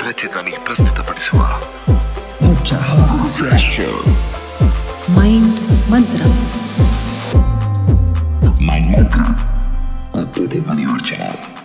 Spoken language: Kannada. ಪ್ರತಿಧ್ವನಿ ಪ್ರಸ್ತುತಪಡಿಸುವ ಪಂಚ ಮೈಂಡ್ ಮಂತ್ರ ಪ್ರತಿಧ್ವನಿ ಒರ್ಜಿನಲ್